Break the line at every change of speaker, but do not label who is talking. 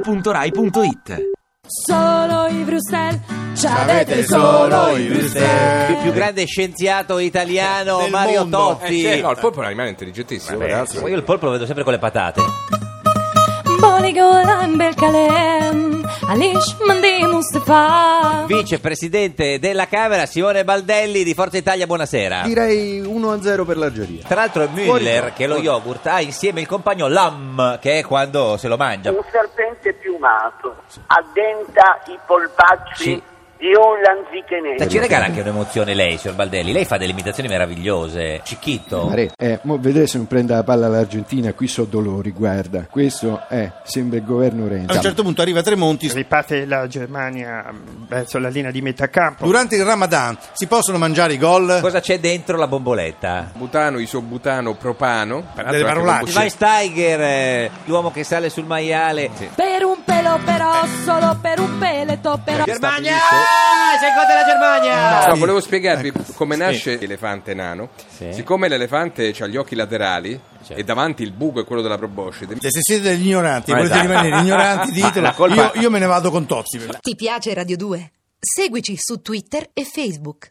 radio2pod.rai.it
Solo i Bruxelles, c'avete
Avete
solo
solo
i
i
Bruxelles.
Il più grande scienziato italiano
Del
Mario
mondo.
Totti.
Eh, no, il polpo è un animale intelligentissimo, ragazzi.
Io il polpo lo vedo sempre con le patate.
Boligolan Belkalem, Alish Mandi Mustafa.
Vicepresidente della Camera Simone Baldelli di Forza Italia,
Eh.
buonasera.
Direi 1-0 per l'Algeria.
Tra l'altro è Müller che lo yogurt ha insieme il compagno Lam, che è quando se lo mangia.
Un serpente piumato addenta i polpacci
Sì.
di un lanzichenese.
Ci regala anche un'emozione lei, signor Baldelli. Lei fa delle imitazioni meravigliose. Cicchitto.
Mare. Eh, mo vedete se non prende la palla l'Argentina, qui so dolori, guarda. Questo è, sembra il
A
governo
un
Renzi.
certo punto arriva Tremonti.
Riparte la Germania mh, verso la linea di metà campo.
Durante il Ramadan si possono mangiare i gol?
Cosa c'è dentro la bomboletta?
Butano, isobutano, propano. Tra l'altro
Delle
anche
parolacce.
con
Schweinsteiger, Steiger, eh, l'uomo che sale sul maiale.
Per un pelo però, solo per un peleto però.
Germania! C'è il gol della Germania!
No, volevo spiegarvi
Ecco.
come nasce l'elefante nano.
Sì.
Siccome l'elefante ha gli occhi laterali e davanti il buco è quello della proboscide,
Se se siete degli ignoranti e
Ma
volete
esatto.
rimanere ignoranti,
Ma
ditelo.
la colpa-
Io, io me ne vado con Tozzi.
Ti piace Radio 2? Seguici su Twitter e Facebook.